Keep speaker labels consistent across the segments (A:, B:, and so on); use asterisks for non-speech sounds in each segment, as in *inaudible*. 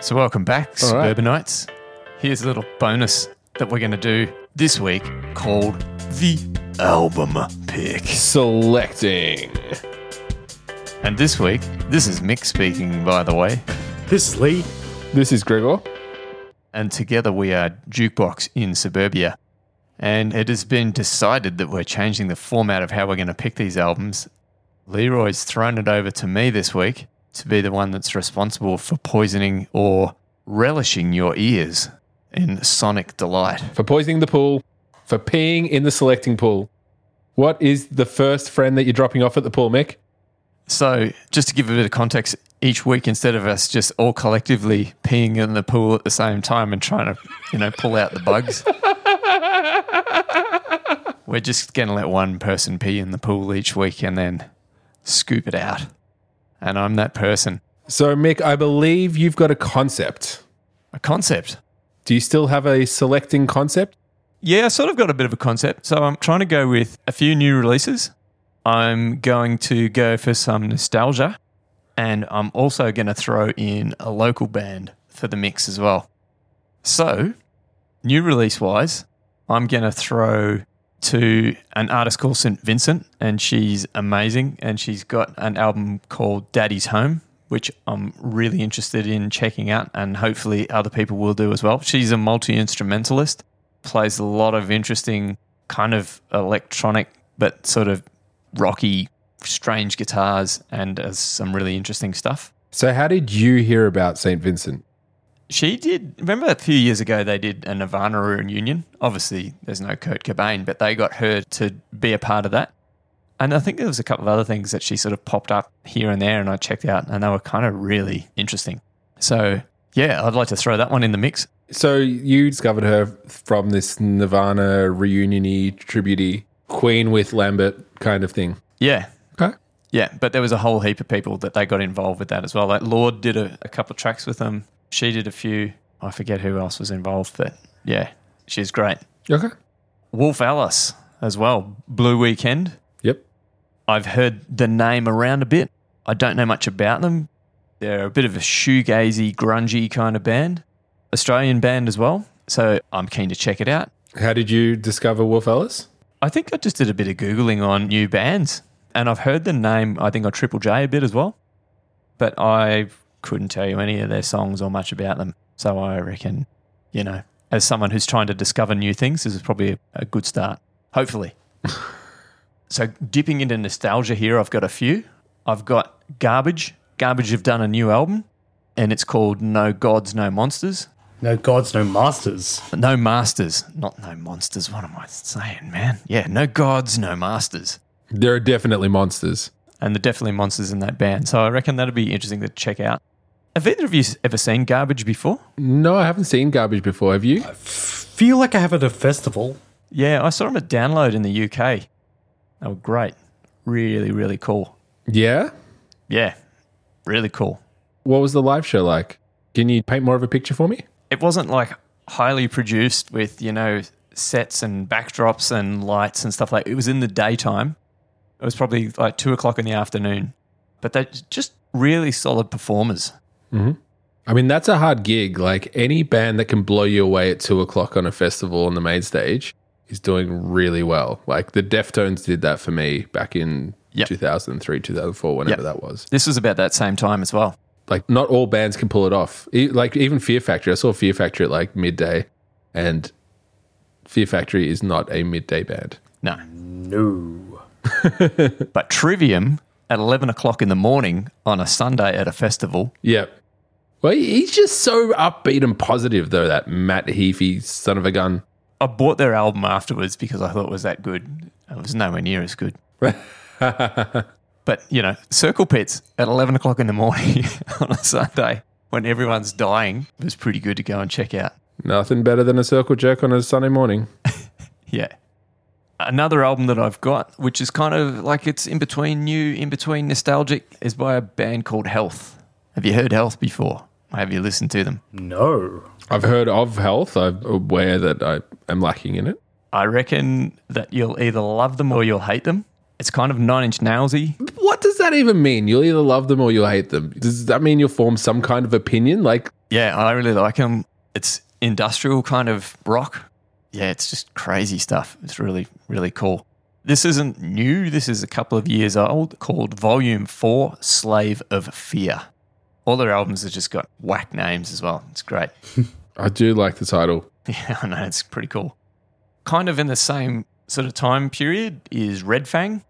A: So, welcome back,
B: All right.
A: Suburbanites. Here's a little bonus that we're going to do this week called the album pick.
B: Selecting.
A: And this week, this is Mick speaking, by the way.
C: This is Lee.
B: This is Gregor.
A: And together we are Jukebox in Suburbia. And it has been decided that we're changing the format of how we're going to pick these albums. Leroy's thrown it over to me this week to be the one that's responsible for poisoning or relishing your ears in sonic delight.
B: For poisoning the pool, for peeing in the selecting pool. What is the first friend that you're dropping off at the pool, Mick?
A: So, just to give a bit of context, each week instead of us just all collectively peeing in the pool at the same time and trying to, you know, pull out the bugs, we're just going to let one person pee in the pool each week and then scoop it out. And I'm that person.
B: So, Mick, I believe you've got a concept.
A: A concept.
B: Do you still have a selecting concept?
A: Yeah, I sort of got a bit of a concept. So I'm trying to go with a few new releases. I'm going to go for some nostalgia. And I'm also going to throw in a local band for the mix as well. So, new release wise, I'm going to throw to an artist called St. Vincent, and she's amazing. And she's got an album called Daddy's Home, which I'm really interested in checking out, and hopefully other people will do as well. She's a multi instrumentalist, plays a lot of interesting kind of electronic, but sort of rocky, strange guitars, and does some really interesting stuff.
B: So, how did you hear about St. Vincent?
A: She did. Remember a few years ago, they did a Nirvana reunion. Obviously, there's no Kurt Cobain, but they got her to be a part of that. And I think there was a couple of other things that she sort of popped up here and there, and I checked out, and they were kind of really interesting. So, yeah, I'd like to throw that one in the mix.
B: So, you discovered her from this Nirvana reunion y, tribute Queen with Lambert kind of thing.
A: Yeah,
B: Okay.
A: Yeah, but there was a whole heap of people that they got involved with that as well. Like Lord did a, a couple of tracks with them. She did a few. I forget who else was involved, but yeah, she's great.
B: Okay.
A: Wolf Alice as well. Blue Weekend.
B: Yep.
A: I've heard the name around a bit. I don't know much about them. They're a bit of a shoegazy, grungy kind of band, Australian band as well. So I'm keen to check it out.
B: How did you discover Wolf Alice?
A: I think I just did a bit of Googling on new bands and I've heard the name, I think, on Triple J a bit as well. But I couldn't tell you any of their songs or much about them. So I reckon, you know, as someone who's trying to discover new things, this is probably a, a good start, hopefully. so dipping into nostalgia here, I've got a few. I've got Garbage. Garbage have done a new album and it's called No Gods, No Monsters.
C: No gods, no masters.
A: No masters, not no monsters. What am I saying, man? Yeah, no gods, no masters.
B: There are definitely monsters.
A: And they're definitely monsters in that band. So I reckon that'll be interesting to check out. Have either of you s- ever seen Garbage before?
B: No, I haven't seen garbage before. Have you?
C: Feel like I have at a festival.
A: Yeah, I saw them at Download in the UK. They were great. Really, really cool.
B: Yeah.
A: Yeah, really cool.
B: What was the live show like? Can you paint more of a picture for me?
A: It wasn't like highly produced with, you know, sets and backdrops and lights and stuff like It was in the daytime. It was probably like two o'clock in the afternoon. But they're just really solid performers.
B: I mean, that's a hard gig. Like any band that can blow you away at two o'clock on a festival on the main stage is doing really well. Like the Deftones did that for me back in
A: Yep.
B: 2003, 2004, whenever
A: Yep.
B: that was.
A: This was about that same time as well.
B: Like not all bands can pull it off. E- Like even Fear Factory. I saw Fear Factory at like midday, and Fear Factory is not a midday band.
A: No.
C: No.
A: But Trivium at 11 o'clock in the morning on a Sunday at a festival.
B: Yep. Well, he- he's just so upbeat and positive, though, that Matt Heafy son of a gun.
A: I bought their album afterwards because I thought it was that good. It was nowhere near as good. but, you know, Circle Pits at 11 o'clock in the morning *laughs* on a Sunday when everyone's dying was pretty good to go and check out.
B: Nothing better than a circle jerk on a Sunday morning.
A: Yeah. Another album that I've got, which is kind of like it's in between new, in between nostalgic, is by a band called Health. Have you heard Health before? Have you listened to them?
C: No.
B: I've heard of health. I'm aware that I am lacking in it.
A: I reckon that you'll either love them or you'll hate them. It's kind of nine inch nailsy.
B: What does that even mean? You'll either love them or you'll hate them. Does that mean you'll form some kind of opinion? Like,
A: yeah, I really like them. It's industrial kind of rock. Yeah, it's just crazy stuff. It's really, really cool. This isn't new. This is a couple of years old called Volume 4 Slave of Fear. All their albums have just got whack names as well. It's great. *laughs*
B: I do like the title.
A: Yeah, I know. It's pretty cool. Kind of in the same sort of time period is Red Fang,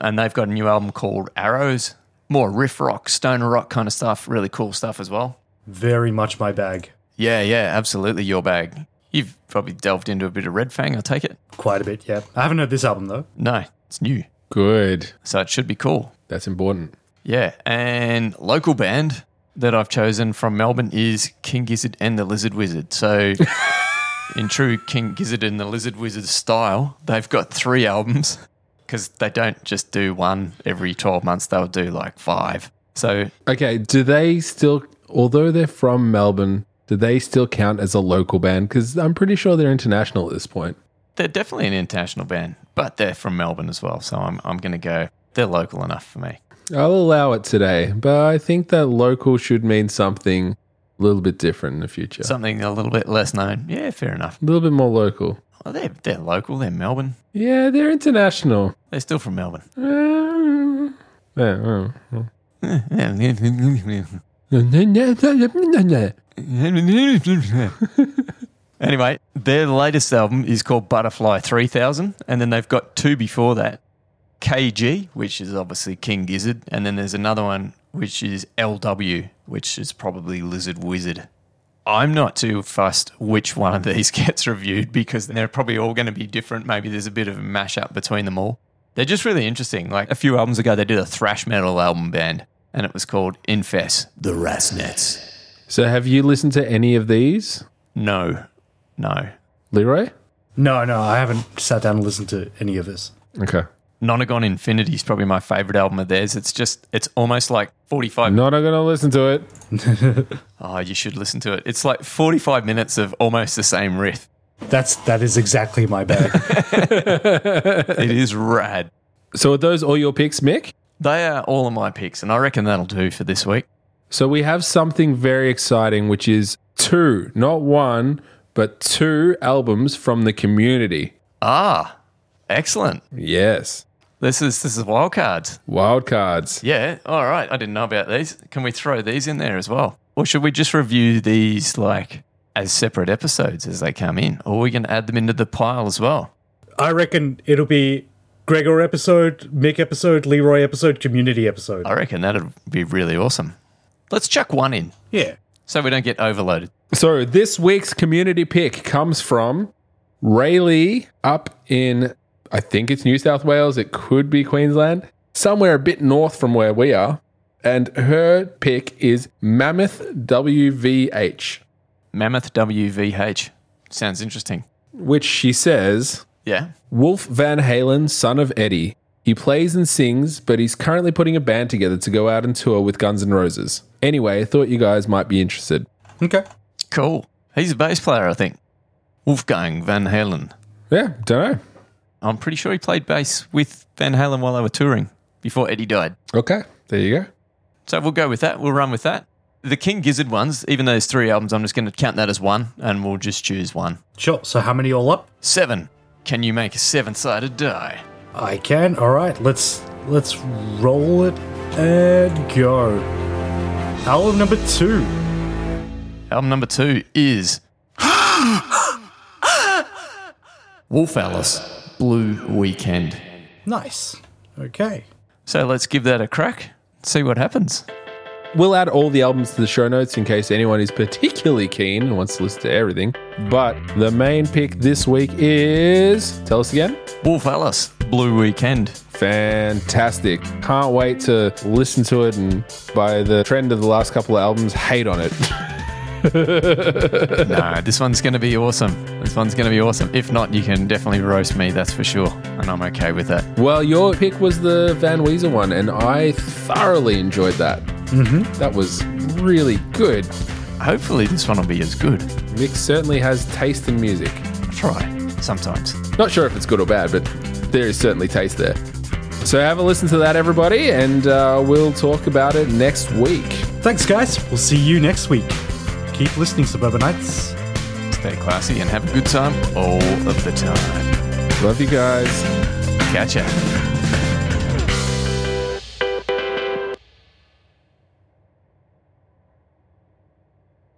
A: and they've got a new album called Arrows. More riff rock, stoner rock kind of stuff. Really cool stuff as well.
C: Very much my bag.
A: Yeah, yeah, absolutely your bag. You've probably delved into a bit of Red Fang, I take it.
C: Quite a bit, yeah. I haven't heard this album though.
A: No, it's new.
B: Good.
A: So it should be cool.
B: That's important.
A: Yeah. And local band that I've chosen from Melbourne is King Gizzard and the Lizard Wizard. So in true King Gizzard and the Lizard Wizard style, they've got three albums because they don't just do one every 12 months, they'll do like five. So
B: Okay, do they still, although they're from Melbourne, do they still count as a local band? Because I'm pretty sure they're international at this point.
A: they're definitely an international band, but they're from Melbourne as well. So I'm, I'm going to go, they're local enough for me.
B: I'll allow it today, but I think that local should mean something a little bit different in the future.
A: Something a little bit less known. Yeah, fair enough.
B: a little bit more local.
A: Well, they're, they're local. They're Melbourne.
B: Yeah, they're international.
A: They're still from Melbourne. *laughs*
B: Um, yeah, yeah.
A: anyway, *laughs* their latest album is called Butterfly 3000. And then they've got two before that KG, which is obviously King Gizzard. And then there's another one, which is LW, which is probably Lizard Wizard. I'm not too fussed which one of these *laughs* gets reviewed because they're probably all going to be different. Maybe there's a bit of a mashup between them all. They're just really interesting. Like a few albums ago, they did a thrash metal album band, and it was called Infest The Rasnets.
B: So, have you listened to any of these,
A: No, no,
B: Leroy?
C: No, no, I haven't sat down and listened to any of this.
B: Okay.
A: Nonagon Infinity is probably my favorite album of theirs. It's just, it's almost like 45.
B: Not going to listen to it.
A: Oh, you should listen to it. It's like 45 minutes of almost the same riff.
C: That's that is exactly my *laughs* bag.
A: It is rad.
B: So, are those all your picks, Mick?
A: They are all of my picks, and I reckon that'll do for this week.
B: So, we have something very exciting, which is two, not one, but two albums from the community.
A: Ah, excellent.
B: Yes.
A: This is this is wild cards.
B: Wildcards.
A: Yeah. All right. I didn't know about these. Can we throw these in there as well? Or should we just review these like as separate episodes as they come in? Or we can add them into the pile as well?
C: I reckon it'll be Gregor episode, Mick episode, Leroy episode, community episode.
A: I reckon that'd be really awesome. Let's chuck one in
C: Yeah.
A: so we don't get overloaded.
B: So, this week's community pick comes from Rayleigh up in, I think it's New South Wales. It could be Queensland, somewhere a bit north from where we are. And her pick is Mammoth WVH,
A: Mammoth WVH. Sounds interesting.
B: which she says
A: Yeah.
B: Wolf Van Halen, son of Eddie. He plays and sings, but he's currently putting a band together to go out and tour with Guns N' Roses. Anyway, I thought you guys might be interested.
C: Okay.
A: Cool. He's a bass player, I think. Wolfgang Van Halen.
B: Yeah, don't know.
A: I'm pretty sure he played bass with Van Halen while they were touring before Eddie died.
B: Okay, there you go.
A: So we'll go with that. We'll run with that. The King Gizzard ones, even though there's three albums, I'm just going to count that as one and we'll just choose one.
C: Sure. So how many all up?
A: Seven. Can you make a seven sided die?
C: I can. All right. Let's let's roll it and go. Album number two.
A: Album number two is *gasps* Wolf Alice Blue Weekend.
C: Nice. Okay.
A: So let's give that a crack, see what happens.
B: We'll add all the albums to the show notes in case anyone is particularly keen and wants to listen to everything. But the main pick this week is. Tell us again.
A: Wolf Alice Blue Weekend.
B: Fantastic. Can't wait to listen to it and by the trend of the last couple of albums, hate on it. *laughs*
A: No, this one's going to be awesome. This one's going to be awesome. If not, you can definitely roast me, that's for sure. And I'm okay with that.
B: Well, your pick was the Van Weezer one, and I thoroughly enjoyed that. Mm-hmm. That was really good.
A: Hopefully, this one will be as good.
B: Mick certainly has taste in music.
A: Try sometimes.
B: Not sure if it's good or bad, but there is certainly taste there. So have a listen to that, everybody, and uh, we'll talk about it next week.
C: Thanks, guys. We'll see you next week. Keep, Keep listening, Suburbanites.
A: Stay classy and have a good time all of the time.
B: Love you guys.
A: Catch ya.